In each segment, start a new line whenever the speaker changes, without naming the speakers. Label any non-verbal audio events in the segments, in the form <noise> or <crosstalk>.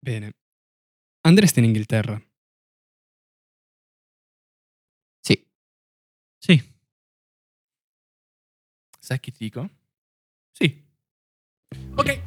Bene. Andresti in Inghilterra?
Sì.
Sì.
Sai che ti dico?
Sì.
Ok.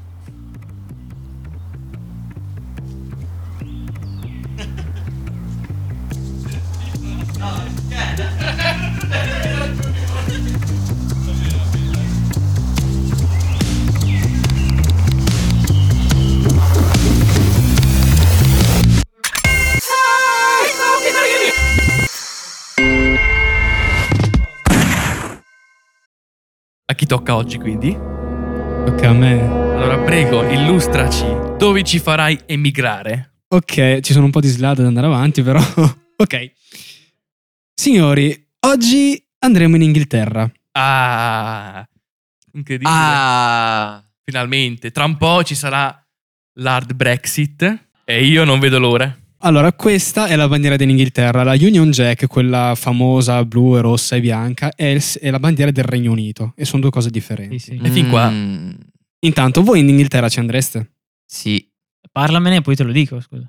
A chi tocca oggi quindi?
Tocca a me.
Allora prego, illustraci dove ci farai emigrare.
Ok, ci sono un po' di slide da andare avanti, però. <laughs> ok. Signori, oggi andremo in Inghilterra.
Ah, incredibile.
Ah,
Finalmente, tra un po' ci sarà l'hard Brexit e io non vedo l'ora.
Allora, questa è la bandiera dell'Inghilterra. La Union Jack, quella famosa blu e rossa e bianca, è, il- è la bandiera del Regno Unito. E sono due cose differenti.
Sì, sì.
E fin qua.
mm,
Intanto, voi in Inghilterra ci andreste?
sì.
Parlamene e poi te lo dico, scusa.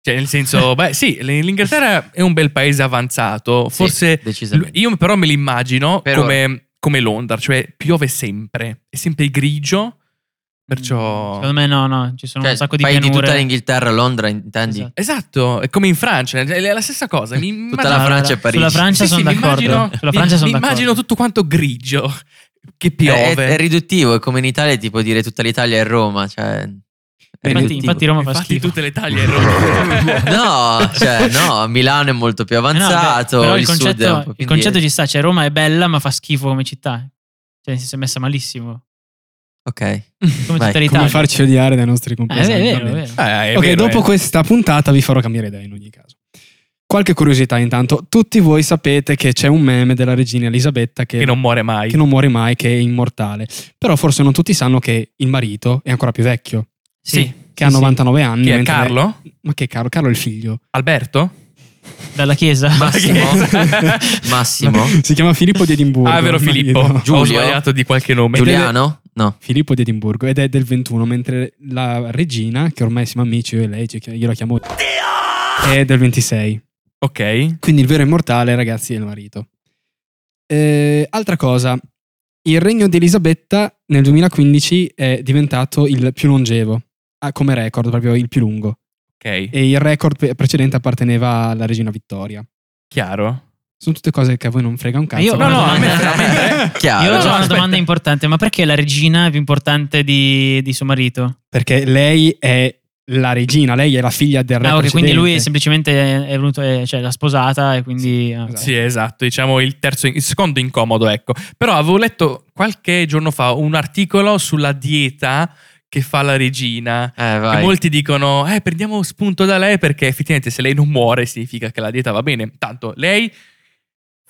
Cioè, nel
<laughs>
senso, beh, sì, l- l'Inghilterra è un bel paese avanzato. Forse
sì, decisamente.
io però me l'immagino
Per
come, come Londra, cioè piove sempre, è sempre grigio. Perciò.
Mm, Secondo me no, no, ci sono
Cioè,
un sacco di
fai di tutta
pianure.
l'Inghilterra, Londra, intendi?
Esatto.
Esatto, è come in Francia, è la stessa cosa. Mi
Tutta
immagino-
la
Guarda,
Francia e Parigi.
Sulla Francia
Sì, sì,
sono
mi
d'accordo.
immagino-
Sulla
mi-
Francia sono
mi
d'accordo.
immagino tutto quanto grigio che
È,
piove.
è riduttivo, è come in Italia, tipo dire tutta l'Italia è Roma, cioè... è
Infatti-
infatti,
riduttivo.
infatti Roma fa
Infatti,
schifo.
tutte le taglie
<laughs>
erano. <laughs>
No, cioè, no, Milano è molto più
Eh no, vabbè,
avanzato,
però
il,
il
sud è un
concetto,
po' più
il concetto
indietro.
ci sta, cioè Roma è bella ma fa schifo come città. Cioè si è messa malissimo.
Ok.
Come
Vai,
tutta l'Italia.
Come farci odiare dai nostri
Eh,
compagni?
è vero,
Va
è
bene.
vero.
Eh, è
Ok,
vero,
dopo
eh.
questa puntata vi farò cambiare idea in ogni caso. Qualche curiosità intanto, tutti voi sapete che c'è un meme della regina Elisabetta che,
che non muore mai.
che non muore mai, che è immortale, però forse non tutti sanno che il marito è ancora più vecchio,
Sì.
che ha 99 anni.
Chi è
mentre-
Carlo?
Ma che Carlo? Carlo è il figlio.
Alberto? Ah.
Dalla chiesa.
Massimo?
Perché-
<laughs> Massimo?
si chiama Filippo di Edimburgo.
Ah, è vero
il
Filippo.
marito.
Ho
Giulio?
sbagliato di qualche nome.
Giuliano? No.
Filippo di Edimburgo ed è del 21, mentre la regina, che ormai siamo amici, io e lei, ci- io la chiamo... È del 26.
Eh, Ok.
Quindi il vero immortale, ragazzi, è il marito. Eh, altra cosa, il regno di Elisabetta nel 2015 è diventato il più longevo, ah, come record, proprio il più lungo.
Ok.
E il record pe- precedente apparteneva alla regina Vittoria.
Chiaro.
Sono tutte cose che a voi non frega un cazzo.
Io-
ma-
No, no, a me,
domanda-
a me-
Io
Eh, Chiaro.
ho
No, no,
una
aspetta.
domanda importante, ma perché la regina è più importante di, di suo marito?
Perché lei è la regina, lei è la figlia del re
Ah, ok, quindi
precedente.
lui è semplicemente è venuto, è- cioè l'ha sposata e quindi... ah, ok.
esatto.
Sì, esatto, diciamo il terzo, il secondo incomodo, ecco. Però avevo letto qualche giorno fa un articolo sulla dieta che fa la regina.
Eh,
E
vai.
molti dicono, eh, prendiamo spunto da lei perché effettivamente se lei non muore significa che la dieta va bene. Tanto lei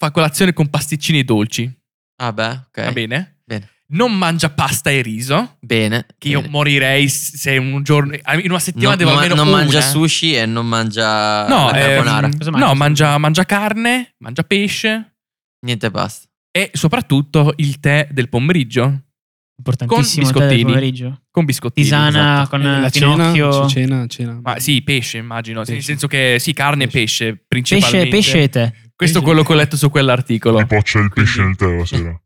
fa colazione con pasticcini e dolci,
Ah, beh, ok.
va bene?
Bene.
Non mangia pasta e riso,
Bene.
che io
Bene.
morirei se un giorno, in una settimana
No,
devo
ma-
almeno
non
una. eh.
mangia sushi e non mangia
No,
Ah, la carbonara.
ehm,
Cosa mangia?
no mangia, mangia carne, mangia pesce
Niente basta.
e soprattutto il tè del pomeriggio
Importantissimo,
con
tè del
biscottini.
pomeriggio.
con biscottini.
Tisana
esatto.
con
Eh, la
eh,
cena,
Pinocchio.
c'è cena, cena.
Ma sì, pesce immagino, nel
Pesce. Eh,
senso che sì, carne e pesce
Pesce,
principalmente.
pesce e tè.
Questo è quello che ho letto su quell'articolo.
Tipo c'è il pesce nel tè la sera.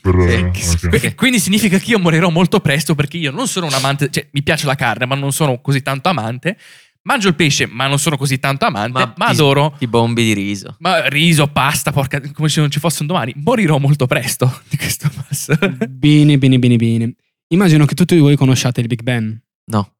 Per, eh,
Sì.
ok.
Que- Quindi significa che io morirò molto presto perché io non sono un amante, cioè mi piace la carne, ma non sono così tanto amante. Mangio il pesce, ma non sono così tanto amante, ma,
Ma ti-
adoro.
Ti bombi di riso.
Ma riso, pasta, porca, come se non ci fosse un domani. Morirò molto presto di questo passo.
<laughs> Bene, bene, bene, bene. Immagino che tutti voi conosciate il Big Ben,
No.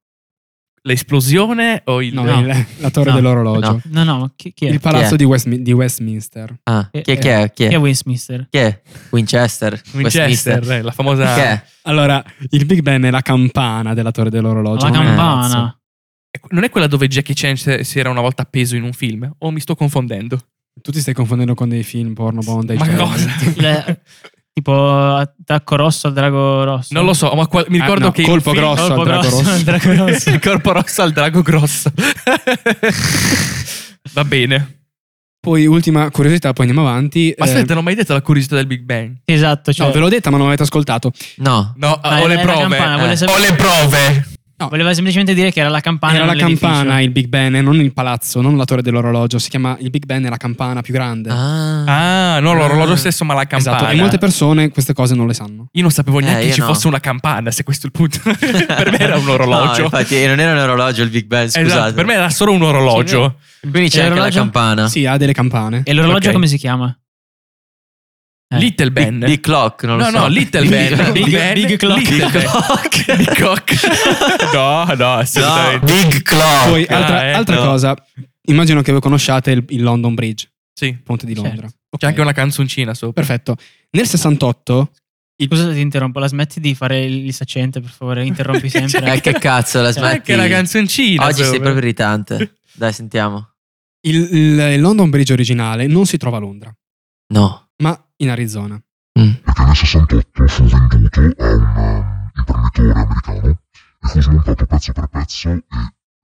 L'esplosione o il...
no,
No.
il- la torre
No.
dell'orologio.
No,
No.
no, ma chi, chi è?
Il palazzo di, Westmi- di Westminster.
Ah,
Eh,
chi è? Chi è? Chi
Chi è
è?
Westminster?
Chi è? Winchester?
Winchester,
Westminster?
eh, la famosa...
Chi è?
Allora, il Big Ben è la campana della torre dell'orologio.
La
non è il palazzo.
campana.
Ecco, Non è quella dove Jackie Chan se- si era una volta appeso in un film? O mi sto confondendo?
Tu ti stai confondendo con dei film porno bondage.
Ma
cioè-
cosa? Ah,
<laughs> Il- Eh, tipo attacco rosso al drago rosso.
Non lo so, ma qual- mi
Ah,
ricordo
no,
che... il
colpo
film-
grosso
colpo
al drago
grosso al
rosso.
drago
<laughs>
rosso.
il corpo rosso al drago grosso. Va bene.
Poi, ultima curiosità, poi andiamo avanti.
Ma
Eh,
aspetta, non ho mai detto la curiosità del Big Bang.
Esatto, cioè,
No, ve l'ho detta, ma non avete ascoltato.
No.
No,
Ah,
ho
è
le
la
prove.
campana, vuole
Eh.
sapere-
Ho le prove.
No.
Voleva semplicemente dire che era la campana.
Era
e
la
non l'edificio.
campana, il Big Ben, e non il palazzo, non la torre dell'orologio. Si chiama il Big Ben, è la campana più grande.
Ah,
Ah, no, l'orologio
Ah.
stesso, ma la campana.
Esatto, e molte persone queste cose non le sanno.
Io non sapevo neanche
Eh,
che
io
ci
no.
fosse una campana, se questo è il punto. <laughs> per me era un
No,
orologio.
infatti, eh, non era un orologio il Big Ben, scusate.
Esatto, per me era solo un orologio.
Quindi
E
c'è anche la
l'orologio?
campana.
Sì, ha delle campane.
Eh,
E l'orologio
Ok.
come si chiama? Eh.
Little Ben.
Big, Big Clock, non lo
no,
so.
no, Little
Big-
Ben.
Big-
Big Ben.
Big Clock.
Little Ben. <laughs>
Clock.
Big Cock. no, no,
No, ecco.
assolutamente.
Big Clock.
Poi, altra,
ah, eh,
altra
no.
cosa, immagino che voi conosciate il, il London Bridge,
Sì,
il ponte di Londra.
Certo.
Ok,
Eh.
c'è anche una canzoncina sopra.
Perfetto. Nel 68,
Scusa se ti interrompo, la smetti di fare il saccente, per
<laughs>
favore, interrompi
Cioè,
sempre.
Eh, che cazzo, la
C'è
C'è
smetti.
anche la canzoncina.
Oggi sei
sopra.
proprio irritante. Dai, sentiamo.
il, il- il London Bridge originale non si trova a Londra,
No.
ma in Arizona.
Perché nel 68 fu venduto a un eh, imprenditore americano e fu smontato pezzo per pezzo e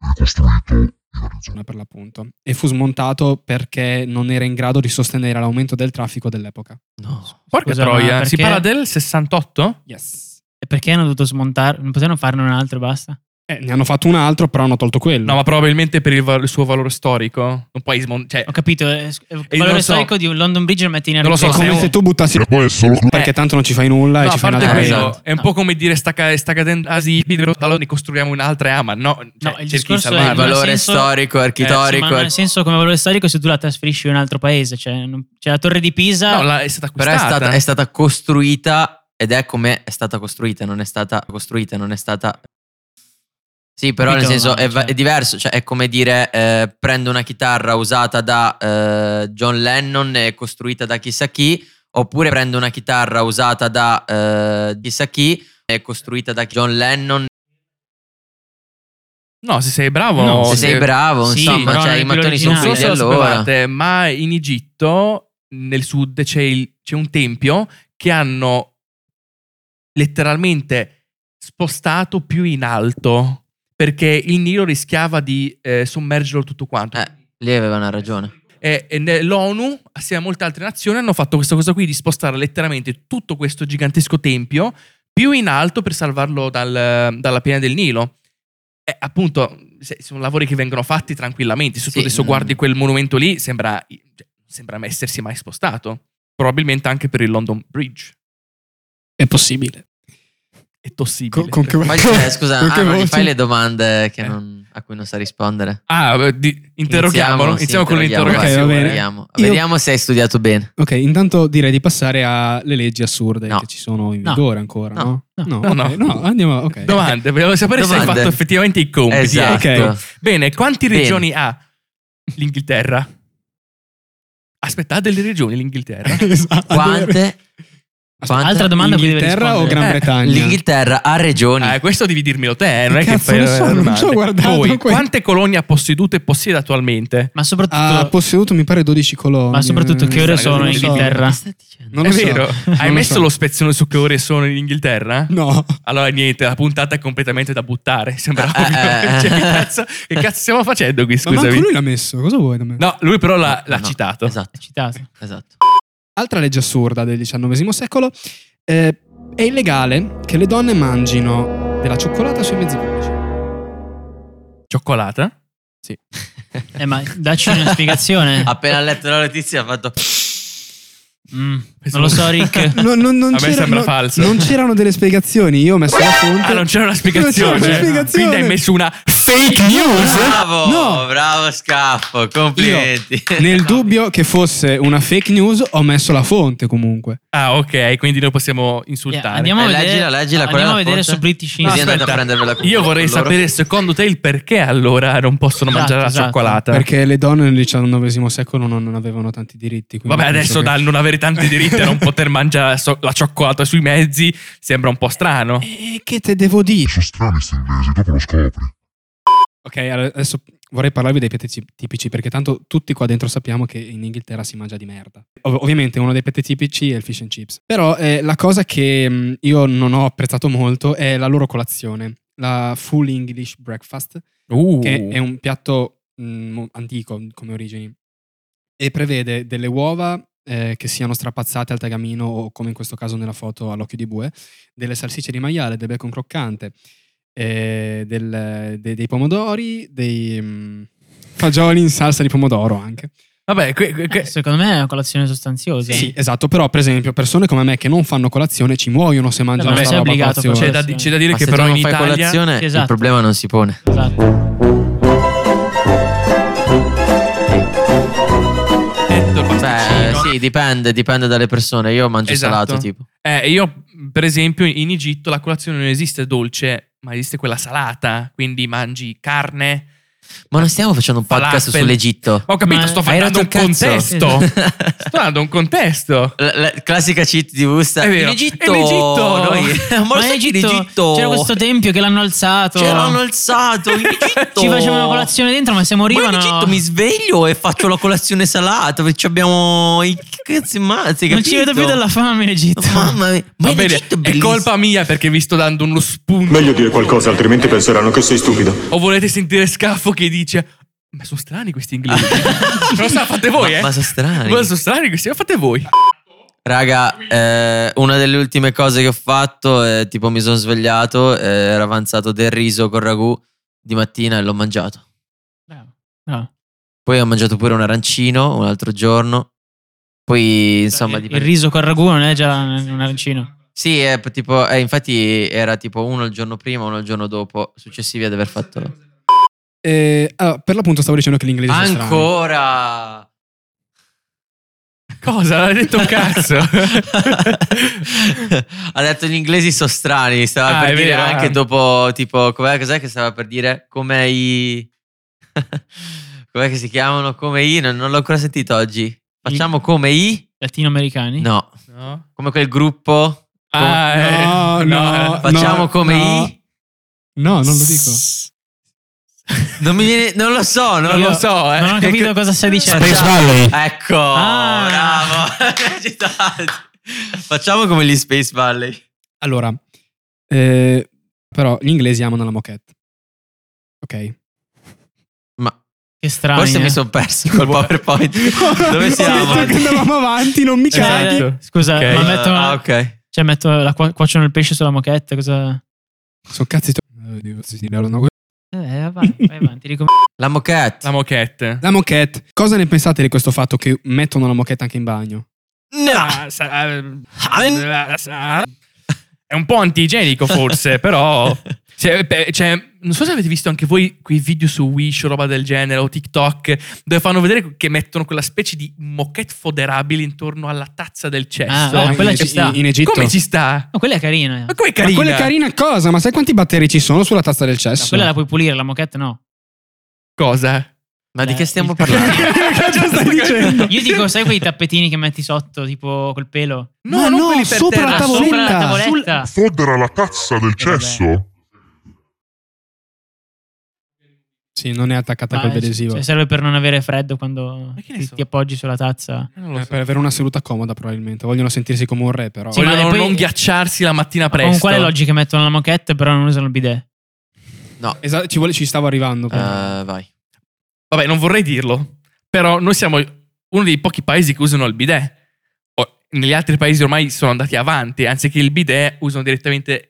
ricostruito in Arizona.
Arizona, per l'appunto, e fu smontato perché non era in grado di sostenere l'aumento del traffico dell'epoca.
No.
Porca
Scusa, ma
troia. Si
perché-
parla del 68?
Yes.
Perché hanno dovuto smontare? Non potevano farne un altro e basta?
Eh, ne hanno fatto un altro, però hanno tolto quello.
No, ma probabilmente per il, val- il suo valore storico. Non puoi smon- cioè,
Ho capito, eh, s- eh,
E
il valore
non so-
storico di un London Bridge lo metti in
Non lo so,
è
arrivo.
come
siamo-
se tu buttassi
E poi è solo
perché tanto non ci fai nulla e
No,
ci
a
fai
parte
un'altra
parte
cosa.
quello,
esatto.
è un po' come dire sta, ca- sta cadendo ah asi ne costruiamo un'altra ama. No, cioè,
No, il
cerchi di
discorso è-
Il
salvarla.
nel
valore
senso-
Eh,
storico, eh.
Sì,
architetonico.
ma nel senso come valore storico se tu la trasferisci in un altro paese, cioè, non- cioè, la torre di Pisa...
No, la- è stata
però
acquistata.
è stata, è stata costruita ed è come è stata costruita, non è stata costruita, non è stata... Sì, però nel
Capito,
senso
ma,
è, va-
cioè-
è diverso, cioè è come dire eh, prendo una chitarra usata da eh, John Lennon e costruita da chissà chi, oppure prendo una chitarra usata da eh, chissà chi e costruita da John Lennon.
No, se sei bravo.
No,
Se
Oh,
sei bravo,
Sì,
insomma,
però
cioè,
nel
i mattoni
più
sono
Non so
quelli di
se lo
allora.
sapevate, ma in Egitto, nel sud, c'è, il- c'è un tempio che hanno letteralmente spostato più in alto perché il Nilo rischiava di eh, sommergerlo tutto quanto.
Eh, lì
<laughs>
avevano ragione.
Eh, E, e ne- l'ONU, assieme a molte altre nazioni, hanno fatto questa cosa qui di spostare letteralmente tutto questo gigantesco tempio più in alto per salvarlo dal- dalla piena del Nilo. E appunto, se- sono lavori che vengono fatti tranquillamente. Se tu
Sì,
adesso
mm.
guardi quel monumento lì, sembra, cioè, sembra mai essersi mai spostato. Probabilmente anche per il London Bridge.
È possibile.
È tossibile.
Ma eh, scusa,
con che
ah, non mi
voce?
fai le domande che
Eh.
non- a cui non sa rispondere.
Ah, beh, di- interroghiamolo.
sì,
Iniziamo con
interroghiamo, vai,
Ok, va
l'interrogazione.
bene.
vediamo.
Io-
Vediamo se hai studiato bene.
Ok, intanto direi di passare alle leggi assurde
No.
che ci sono in
No.
vigore ancora. No,
No.
ok,
No, no.
andiamo. ok.
Domande, vogliamo sapere se hai
Domande.
fatto effettivamente i compiti.
Esatto.
ecco. Bene, quante
Bene.
regioni ha l'Inghilterra? Aspettate le regioni l'Inghilterra.
<laughs> Esatto.
Quante?
Aspetta,
Altra domanda a cui devi
Inghilterra o
rispondere.
Gran
Eh,
Bretagna?
L'Inghilterra ha regioni.
Ah, questo devi dirmelo te, eh, non è che
Cazzo,
fai
non
le
so, non
domande.
ci ho guardato
Poi,
questo.
quante colonie ha posseduto e possiede attualmente?
Ma soprattutto...
ha posseduto mi pare 12 colonie.
Ma soprattutto che ore
Eh,
sono
non
in
lo so.
Inghilterra?
Che stai dicendo?
Non
è
lo so.
vero. Hai
lo
messo
so.
lo spezzone su che ore sono in Inghilterra?
No.
Allora niente, la puntata è completamente da buttare. Sembra
Ah,
ovvio.
eh, eh.
<laughs> Cioè, che, cazzo, che cazzo stiamo facendo qui,
Ma manco
scusami?
lui l'ha messo. Cosa vuoi da me?
No, lui però l'ha, l'ha
No,
citato.
È
Esatto,
citato.
esatto.
Altra legge assurda del XIX secolo. eh, è illegale che le donne mangino della cioccolata sui mezzi pubblici.
Cioccolata?
Eh, ma dacci una
<laughs>
spiegazione.
Appena letto la notizia ha fatto...
Mm, non lo so, Rick.
No, no, non
A me
c'era-
sembra
no-
falso.
Non c'erano delle spiegazioni. Io ho messo la fonte.
Ah, non c'era una
Non c'era una
spiegazione.
spiegazione.
Quindi hai messo una fake news.
Bravo,
No.
bravo Scaffo, complimenti.
<laughs>
Eh,
Nel dubbio che fosse una fake news, ho messo la fonte comunque.
Ah, ok, quindi noi possiamo
Yeah,
insultare.
andiamo a
Eh,
vedere,
leggila, leggila, qual è
andiamo a
la
vedere
fonte?
su British
No,
Così
Insider.
andate a
aspetta,
prendervela con
Io
con
vorrei
loro.
sapere secondo te il perché allora non possono
Esatto,
mangiare la
esatto.
cioccolata.
Perché le donne nel XIX secolo non, non avevano tanti diritti. quindi
Vabbè,
penso
adesso
che-
dal non avere tanti diritti
<laughs>
e non poter
<laughs>
mangiare la, so- la cioccolata sui mezzi sembra un po' strano.
Eh, che te devo dire?
Sono strani sti inglesi, dopo lo scopri.
Ok, adesso vorrei parlarvi dei piatti ci- tipici, perché tanto tutti qua dentro sappiamo che in Inghilterra si mangia di merda. Ov- ovviamente uno dei piatti tipici è il fish and chips. Però eh, la cosa che mh, io non ho apprezzato molto è la loro colazione, la full English breakfast,
Uh,
che è un piatto mh, mo- antico come origini e prevede delle uova eh, che siano strapazzate al tagamino o come in questo caso nella foto all'occhio di bue, delle salsicce di maiale, del bacon croccante, eh, del- de- dei pomodori, dei mm, fagioli in salsa di pomodoro anche.
Vabbè, que-
Eh,
que- que-
Secondo me è una colazione sostanziosa.
Sì, esatto, però per esempio persone come me che non fanno colazione ci muoiono se mangiano
non
sta
sei
roba a
obbligato,
colazione.
c'è, da, di- c'è da dire
Ma
che
se
però
tu non
in
fai
Italia...
colazione il
Esatto.
problema non si pone.
Esatto.
Detto il
Beh,
pasticcino-
Cioè, sì, dipende, dipende dalle persone. Io mangio
Esatto.
salato tipo.
Eh, io, per esempio, in Egitto la colazione non esiste dolce, ma esiste quella salata. Quindi mangi carne.
Ma non stiamo facendo un podcast
Falafel.
sull'Egitto.
Ho capito,
Ma
sto
Hai
dando
rotto
un
il cazzo.
contesto. <laughs>
<laughs>
sto dando un contesto.
La, la classica cheat di Busta.
È
In
vero.
Egitto.
In Egitto.
<laughs>
Noi... Ma lo
Ma in
sai che in
Egitto,
Egitto.
c'era questo tempio che l'hanno alzato.
Ce l'hanno
<laughs>
alzato. In Egitto.
Ci facevano colazione dentro, ma se morivano.
Ma in Egitto mi sveglio e faccio la colazione salata. Perché ci abbiamo i cazzi mazzi.
non
capito?
ci vedo più dalla fame in Egitto.
<laughs> Mamma mia. Ma
Va
in
bene,
Egitto è
è
bellissimo.
colpa mia perché vi sto dando uno spunto.
Meglio dire qualcosa, altrimenti penseranno che sei stupido.
O volete sentire Scaffo che dice... Ma sono strani questi
<laughs>
inglesi.
<laughs>
Però sa, fate voi,
Ma-
eh.
ma sono strani.
Ma sono strani questi, ma fate voi.
Raga, eh, una delle ultime cose che ho fatto è tipo mi sono svegliato, eh, era avanzato del riso con ragù di mattina e l'ho mangiato.
Bravo, bravo.
Poi ho mangiato pure un arancino un altro giorno. Poi insomma
Eh,
il, il
dipende.
riso col ragù non è già un arancino.
Sì, è p- tipo eh, infatti era tipo uno il giorno prima, uno il giorno dopo, successivi ad aver fatto
Eh, allora, per l'appunto stavo dicendo che l'inglese sono strani.
Ancora
Cosa? L'ha detto un cazzo.
<laughs> ha detto gli inglesi sono strani, stava
Ah,
per
è
dire
vero,
anche
eh.
dopo tipo com'è, cos'è che stava per dire? Come i <laughs> Com'è che si chiamano? Come i non, non l'ho ancora sentito oggi. Facciamo come i
Latinoamericani.
No,
No.
come quel gruppo
Ah, eh,
No, no.
eh.
Facciamo come
no.
i
No, non lo dico.
<laughs> Non mi viene non lo so, non,
Non lo so, eh.
Non ho
<laughs>
capito cosa stai dicendo.
Space
Valley.
Ecco,
Ah.
bravo. <laughs> Agitato. Facciamo come gli Space Valley.
Allora, eh, però gli inglesi amano la moquette. Ok.
Ma
Che strano. eh.
forse mi sono perso
<laughs>
col PowerPoint. Dove siamo?
Ho detto che andavamo avanti, non mi caghi.
Esatto.
Scusa,
Ok.
ma metto,
Ah, ok.
cioè, metto la cuo- cuociono il pesce sulla moquette. Cosa...
Sono cazzi tu-
Eh, vai, vai avanti. <laughs> ricom-
La moquette.
La moquette.
La moquette. Cosa ne pensate di questo fatto che mettono la moquette anche in bagno?
No.
Ah, sa- ah, sa- È un po'
<laughs>
antigenico forse, però... Cioè, beh, cioè, non so se avete visto anche voi quei video su Wish o roba del genere o TikTok dove fanno vedere che mettono quella specie di moquette foderabile intorno alla tazza del cesso.
Ah,
in
quella
Eg-
ci sta.
In Egitto.
Come ci sta?
No, quella è carina. eh.
Ma com'è
Ma
carina?
quella è carina cosa? Ma sai quanti batteri ci sono sulla tazza del
No,
cesso?
quella la puoi pulire, la moquette no.
<laughs>
cosa?
Ma di
Eh,
che stiamo
il-
parlando?
Cosa stai dicendo?
Io dico, sai quei tappetini che metti sotto, tipo col pelo?
Ma
non
no,
quelli per
sopra
terra.
la
Ah,
tavoletta.
sopra la tavoletta.
Fodera la tazza del
Eh, vabbè.
cesso?
Sì, non è attaccata
Ma,
col adesivo.
cioè, serve per non avere freddo quando
Ma che ne
ti,
so?
ti appoggi sulla tazza.
Non lo so.
Eh, Per avere una salute comoda probabilmente. Vogliono sentirsi come un re però.
Sì, ma
Vogliono
poi-
non ghiacciarsi la mattina presto.
Con quale logica mettono la moquette però non usano il bidet?
No.
Esatto, ci, vuole- ci stavo arrivando.
Ah.
Eh, vai.
Vabbè, non vorrei dirlo, però noi siamo uno dei pochi paesi che usano il bidet. O- negli altri paesi ormai sono andati avanti, anziché il bidet usano direttamente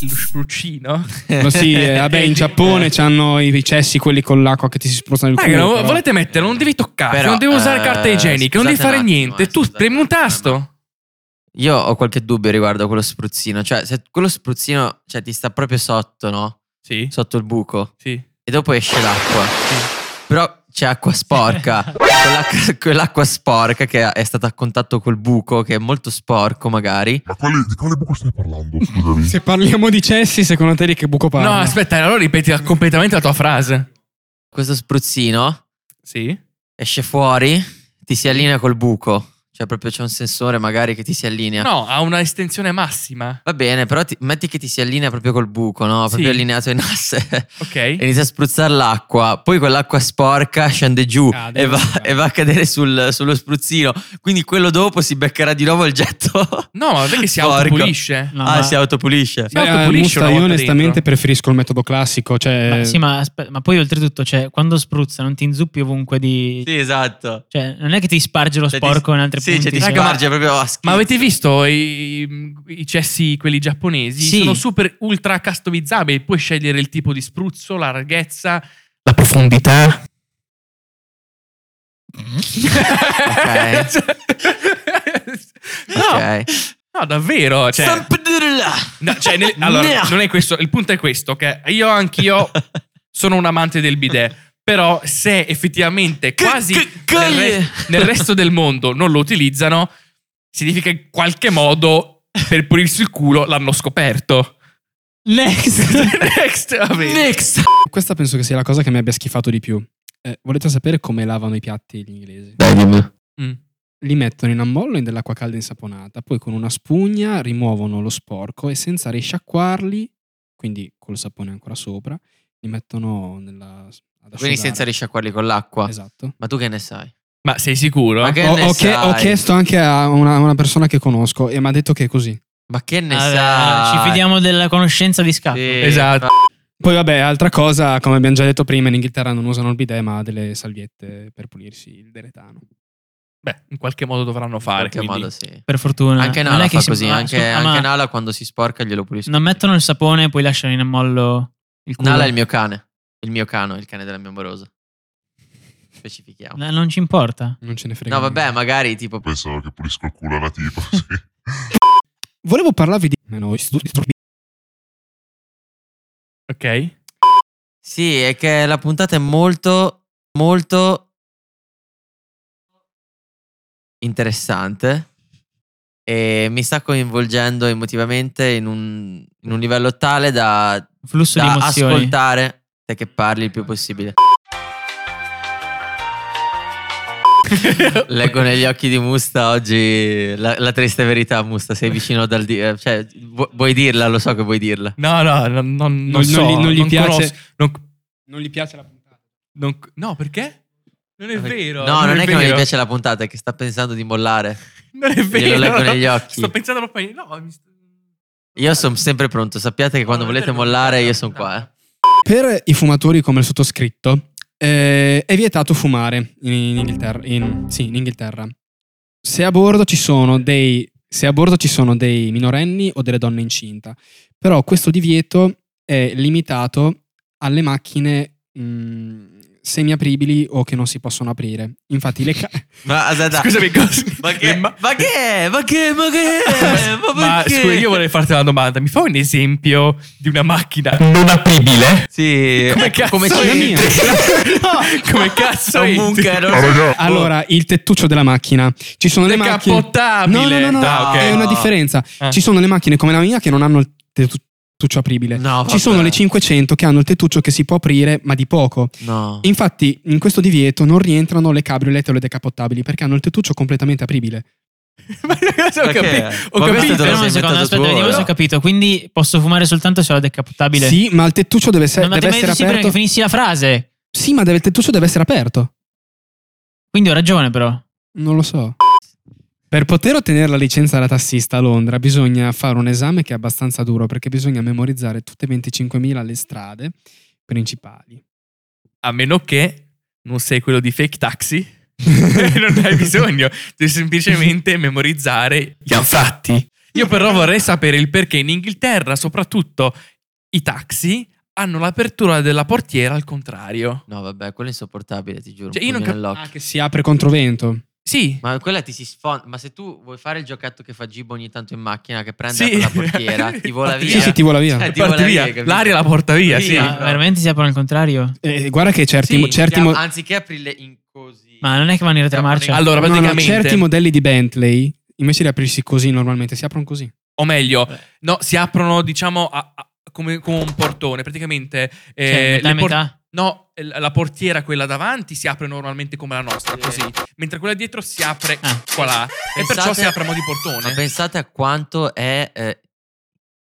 lo spruccino.
No, sì,
<laughs>
eh, vabbè, in Giappone c'hanno i, i cessi quelli con l'acqua che ti si spostano il culo.
Raga, Ah, non-
però.
volete mettere, non devi toccare,
Però,
non devi usare
eh,
carta igienica, non devi
scusate
fare
un attimo,
niente.
eh,
tu
scusate
premi
un
un
attimo,
tasto.
Io ho qualche dubbio riguardo a quello spruzzino. Cioè, se quello spruzzino cioè, ti sta proprio sotto, no?
Sì,
Sotto il buco.
sì.
E dopo esce l'acqua. Però c'è acqua
<laughs>
sporca. Quell'acqua, quell'acqua sporca che è stata a contatto col buco, che è molto sporco magari.
Ma quale- di quale buco stai parlando? Scusami.
Se parliamo di cessi, secondo te di che buco parla?
No, aspetta, allora ripeti la- completamente la tua frase.
Questo spruzzino
Sì.
esce fuori, ti si allinea col buco. Cioè, proprio c'è un sensore magari che ti si allinea.
No, ha una estensione massima.
Va bene, però ti- metti che ti si allinea proprio col buco, no? Proprio
Sì.
allineato in asse.
Ok.
<laughs>
Eh,
Inizia a spruzzare l'acqua, poi quell'acqua sporca scende giù
Cade,
e va,
cade.
e va a cadere sul- sullo spruzzino. Quindi quello dopo si beccherà di nuovo il getto.
No, ma perché si
Porco.
autopulisce?
No,
ah,
ma-
si autopulisce.
Si autopulisce
Musta,
una
io
volta
onestamente
dentro.
preferisco il metodo classico, cioè...
Ma, sì, ma, aspe- ma poi oltretutto, cioè, quando spruzza non ti inzuppi ovunque di...
Sì, esatto.
Cioè, non è che ti sparge lo
Cioè, ti-
sporco in altre
Sì, c'è
punti.
ti
Raga, ma-
sparge proprio a schifo.
Ma avete visto i, i cessi, quelli giapponesi?
Sì.
Sono super ultra customizzabili. Puoi scegliere il tipo di spruzzo, la larghezza, la profondità. <laughs>
Ok.
no, no, davvero. Cioè, no, cioè, nel- allora,
No.
non è questo. Il punto è questo: che io anch'io sono un amante del bidet. Però, se effettivamente quasi nel, re- nel resto del mondo non lo utilizzano, significa che in qualche modo per pulirsi il culo l'hanno scoperto.
Next.
<laughs> Next, va bene.
Next.
Questa penso che sia la cosa che mi abbia schifato di più. Eh, volete sapere come lavano i piatti gli inglesi?
Dai, dimmi.
Mm.
Li mettono in ammollo in dell'acqua calda insaponata, poi con una spugna rimuovono lo sporco e senza risciacquarli, quindi col sapone ancora sopra, li mettono nella... ad
Quindi
asciugare.
senza risciacquarli con l'acqua.
Esatto.
Ma tu che ne sai?
Ma sei sicuro?
Ma che
Ho,
ne
ho che-
sai?
ho chiesto anche a una, una persona che conosco e mi ha detto che è così.
Ma che ne
Allora,
sai?
ci fidiamo della conoscenza di
Sì,
scatto.
Esatto.
Poi vabbè, altra cosa, come abbiamo già detto prima, in Inghilterra non usano il bidet ma delle salviette per pulirsi il deretano.
Beh, in qualche modo dovranno
In
fare.
qualche
quindi.
modo sì.
Per fortuna.
Anche
Eh, Non
Nala
è che
fa
si-
così,
ah,
anche,
scusa,
anche
ma
Nala quando si sporca glielo pulisco.
Non mettono il sapone, poi lasciano in ammollo il culo.
Nala è il mio cane, il mio cano, il cane della mia amorosa. Specifichiamo.
No, non ci importa.
Non ce ne frega.
No, vabbè,
niente.
magari tipo
Pensano che pulisco il culo alla tipo, <laughs> sì.
Volevo parlarvi di... eh no, istituti di-
Ok.
Sì, è che la puntata è molto molto interessante e mi sta coinvolgendo emotivamente in un, in un livello tale da
Flusso di
da
emozioni.
ascoltare te che parli il
<laughs>
più possibile. Leggo negli occhi di Musta oggi la, la triste verità, Musta, sei vicino dal... Di- eh, cioè, vu- vuoi dirla, lo so che vuoi dirla.
No, no, no, non, non,
Non-
so,
non gli- non gli piace-
conosco, non-
Non gli piace la puntata.
non- no, perché? Non è vero.
No, non, è, che non gli
vero.
piace la puntata, è che sta pensando di mollare.
Non è vero.
Glielo leggo negli occhi.
Sto pensando proprio... No, mi sto-
Io sono sempre pronto, sappiate che quando
No, non è
volete
vero,
mollare
non è
io
vero,
sono qua. eh.
Per i fumatori come il sottoscritto eh, è vietato fumare in, in Inghilterra, in- sì, in Inghilterra. Se a bordo ci sono dei se a bordo ci sono dei minorenni o delle donne incinta. Però questo divieto è limitato alle macchine mh, semiapribili o che non si possono aprire. Infatti le ca-
Ma aspetta,
Scusami, cosa-
ma che?
le ma-
Ma che? Ma che? Ma
<laughs>
che?
Ma,
Eh, Ma perché?
scusa, io vorrei farti una domanda. Mi fa un esempio di una macchina non apribile?
Sì, ecco,
Come cazzo
ci-
entri? <laughs> No, come
<laughs>
cazzo
È un
entri?
bunker, non
Ah,
so.
raga,
Allora, il tettuccio della macchina. Ci sono le macchine No,
Decappottabile.
no, no, no,
Ah, ok. Eh.
è
<laughs>
una differenza.
Ah.
Ci sono le macchine come la mia che non hanno il tettuccio apribile.
No, vabbè.
Ci sono le 500 che hanno il tettuccio che si può aprire, ma di poco.
No.
Infatti, in questo divieto non rientrano le cabriolet o le decapottabili perché hanno il tettuccio completamente apribile.
Ma cosa ho
Perché?
capito? Ho
Ma
capito.
questo te lo
Fermo un
sei
secondo,
inventato
aspetta,
tu
vediamo
ora.
se ho capito. Quindi posso fumare soltanto se ho la decappottabile?
Sì, ma il tettuccio deve, se-
Non
deve
avete mai
essere
detto sì prima
aperto.
che finissi la frase.
Sì, ma deve- il tettuccio deve essere aperto.
Quindi ho ragione, però.
Non lo so. Per poter ottenere la licenza da tassista a Londra bisogna fare un esame che è abbastanza duro perché bisogna memorizzare tutte 25.000 le strade principali.
A meno che non sei quello di
<laughs>
fake taxi. non hai bisogno, devi semplicemente memorizzare gli fatti. Io però vorrei sapere il perché in Inghilterra, soprattutto i taxi hanno l'apertura della portiera al contrario.
No, vabbè, quello è insopportabile, ti giuro.
Cioè,
un
io non
pugno
cap-
nell'occhio.
Ah, che si apre controvento.
Sì.
Ma quella ti si sfonda. Ma se tu vuoi fare il giochetto che fa Gibo ogni tanto in macchina, che prende
Sì.
apre la portiera, ti vola
Sì,
via.
Sì, sì, ti vola via.
Eh, ti vola
Porti via.
capito?
L'aria la porta via,
Eh Sì,
sì.
Ma
però-
veramente si aprono al contrario?
Eh, guarda che certi,
Sì,
mo- certi mo-
ah,
ti- diciamo, Anziché aprirle in così.
Ma non è che vanno in retromarcia.
Allora,
no, no,
praticamente,
certi modelli di Bentley, invece di aprirsi così normalmente, si aprono così.
o meglio, no, si aprono, diciamo, a- a- come, come un portone. Praticamente eh,
Cioè, metà
le
e
por-
metà.
No, eh, la portiera, quella davanti, si apre normalmente come la nostra,
Sì.
così. Mentre quella dietro si apre
Ah.
qua là. E
Pensate-
perciò si apre a mo' di
Ma
portone.
pensate a quanto è. eh,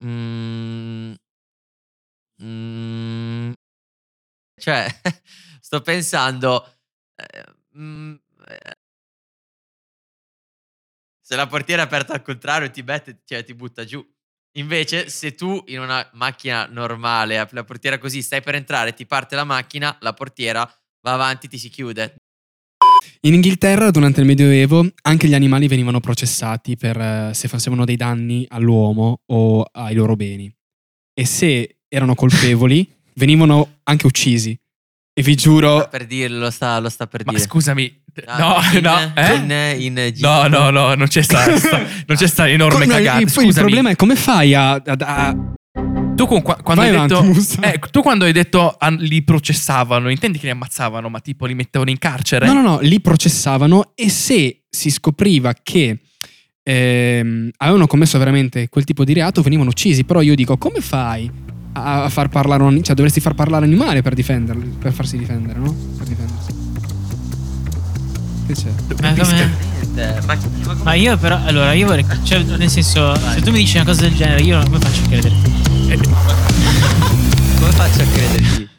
mm, mm, cioè, <laughs> sto pensando. eh, mm, eh, se la portiera è aperta al contrario, ti mette, cioè, ti butta giù. Invece, se tu in una macchina normale apri la portiera così, stai per entrare, ti parte la macchina, la portiera va avanti, ti si chiude.
In Inghilterra, durante il Medioevo, anche gli animali venivano processati per eh, se facevano dei danni all'uomo o ai loro beni. E se erano
<laughs>
colpevoli, venivano anche uccisi. E vi giuro,
Sta per dirlo, lo sta, lo sta per
Ma
dire.
scusami,
Ah,
no,
in-
no, eh?
in- in Egitto.
no, no, no, non c'è sta, sta- non c'è sta enorme
Con- no,
cagata.
il- poi il
scusami.
problema è come fai a... a- a-
Tu con- qua- quando
Vai
hai
avanti,
detto
Musa.
eh, tu quando hai detto an- li processavano, intendi che li ammazzavano, ma tipo li mettevano in carcere?
No, no, no, li processavano e se si scopriva che ehm, avevano commesso veramente quel tipo di reato, venivano uccisi. Però io dico, come fai a a far parlare un... Cioè, dovresti far parlare un animale per difenderli, per farsi difendere, no? Per difendersi. Che c'è?
Ma, come-
Niente, Ma, ma come-
ma io però, allora, io vorrei... Cioè, nel senso, se tu mi dici una cosa del genere, io come faccio a credere?
come faccio a crederci?